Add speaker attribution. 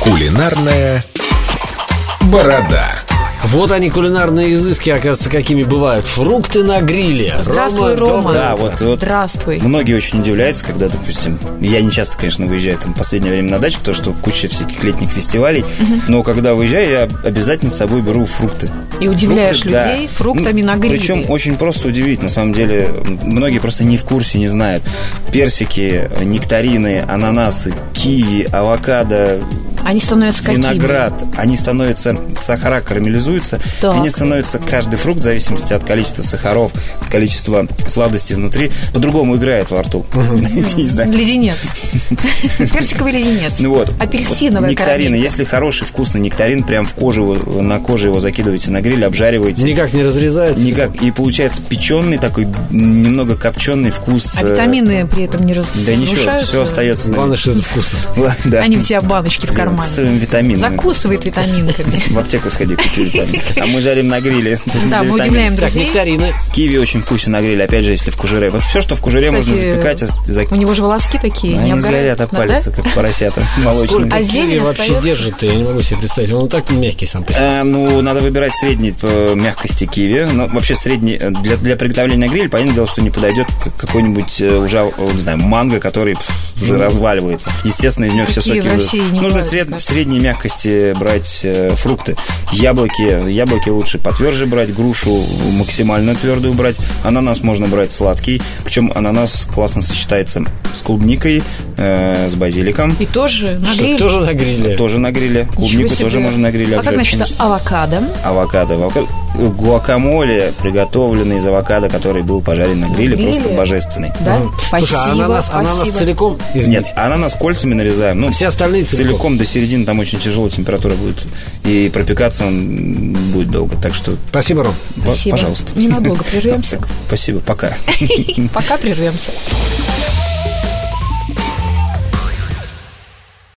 Speaker 1: Кулинарная борода.
Speaker 2: Вот они, кулинарные изыски, оказывается, какими бывают. Фрукты на гриле.
Speaker 3: Здравствуй,
Speaker 2: доброе
Speaker 3: Рома.
Speaker 4: Да,
Speaker 2: утро.
Speaker 4: вот, вот
Speaker 3: Здравствуй.
Speaker 4: многие очень удивляются, когда, допустим, я не часто, конечно, выезжаю там в последнее время на дачу, потому что куча всяких летних фестивалей, но когда выезжаю, я обязательно с собой беру фрукты.
Speaker 3: И удивляешь
Speaker 4: Фрукты, да.
Speaker 3: людей фруктами
Speaker 4: Ну,
Speaker 3: на гриле.
Speaker 4: Причем очень просто удивить, на самом деле, многие просто не в курсе, не знают. Персики, нектарины, ананасы, киви, авокадо,
Speaker 3: Они становятся какими?
Speaker 4: виноград, они становятся, сахара карамелизуются,
Speaker 3: Так.
Speaker 4: и они становятся, каждый фрукт, в зависимости от количества сахаров, от количества сладости внутри, по-другому играет во рту. Не знаю.
Speaker 3: Леденец. Персиковый леденец.
Speaker 4: Ну вот.
Speaker 3: Апельсиновая
Speaker 4: Вот Нектарины.
Speaker 3: карамелька.
Speaker 4: Если хороший, вкусный нектарин, прям в кожу, его- на коже его закидываете на гриль, обжариваете.
Speaker 2: Никак не разрезается.
Speaker 4: Никак. И получается печеный такой, немного копченый вкус.
Speaker 3: А
Speaker 4: э,
Speaker 3: витамины при этом не
Speaker 4: Да ничего,
Speaker 3: разрушаются?
Speaker 4: все остается. на-
Speaker 2: Главное, что это вкусно.
Speaker 4: Да.
Speaker 3: Они у тебя баночки в
Speaker 4: С
Speaker 3: кармане.
Speaker 4: э, витаминами.
Speaker 3: Закусывает витаминками.
Speaker 4: В аптеку сходи, купи витамин. А мы жарим на гриле.
Speaker 3: Да, мы
Speaker 4: Витамин.
Speaker 3: удивляем
Speaker 2: Так,
Speaker 3: друзей.
Speaker 2: нектарины.
Speaker 4: Киви очень вкусно на гриле, опять же, если в кужуре. Вот все, что в кужуре
Speaker 3: Кстати,
Speaker 4: можно запекать, а за-
Speaker 3: У него же волоски такие, не
Speaker 4: они
Speaker 3: обгорают.
Speaker 4: сгорят об палец, как поросята молочные.
Speaker 2: Сколько
Speaker 3: А
Speaker 2: киви
Speaker 3: зелень
Speaker 2: вообще
Speaker 3: остается?
Speaker 2: держит? Я не могу себе представить. Он так мягкий сам по себе.
Speaker 4: Э, ну, надо выбирать средний по мягкости киви. Но вообще средний э, для, для приготовления на гриль, понятное дело, что не подойдет к- какой-нибудь э, уже, э, не знаю, манго, который пф, уже разваливается. Естественно, из него все
Speaker 3: Ну. Такие
Speaker 4: соки
Speaker 3: в
Speaker 4: выйдут.
Speaker 3: России не
Speaker 4: Нужно
Speaker 3: бывают,
Speaker 4: сред-
Speaker 3: кстати.
Speaker 4: средней мягкости брать э, фрукты. Яблоки, яблоки лучше потверже брать, грушу максимально твердую брать. Ананас можно брать сладкий. Причем ананас классно сочетается с клубникой, э, с базиликом.
Speaker 3: И тоже на
Speaker 2: Что,
Speaker 3: гриле.
Speaker 2: тоже на гриле?
Speaker 4: Тоже на гриле.
Speaker 3: Ничего
Speaker 4: Клубнику тоже
Speaker 3: себе.
Speaker 4: можно на гриле
Speaker 3: А как
Speaker 4: обжарить,
Speaker 3: насчет
Speaker 4: конечно
Speaker 3: авокадо?
Speaker 4: авокадо. Авокадо- Гуакамоле, приготовленный из авокадо, который был пожарен на гриле,
Speaker 3: гриле?
Speaker 4: просто божественный.
Speaker 3: Да? Спасибо,
Speaker 2: Слушай, а ананас, ананас
Speaker 3: спасибо.
Speaker 2: целиком?
Speaker 4: Нет,
Speaker 2: Извините.
Speaker 4: ананас кольцами нарезаем. Ну,
Speaker 2: Все остальные целиком.
Speaker 4: целиком до середины, там очень тяжелая температура будет. И пропекаться он будет долго. Так что,
Speaker 2: Спасибо, Ром.
Speaker 4: п-
Speaker 3: Спасибо.
Speaker 4: пожалуйста.
Speaker 3: Ненадолго прервемся.
Speaker 4: Спасибо, пока.
Speaker 3: Пока прервемся.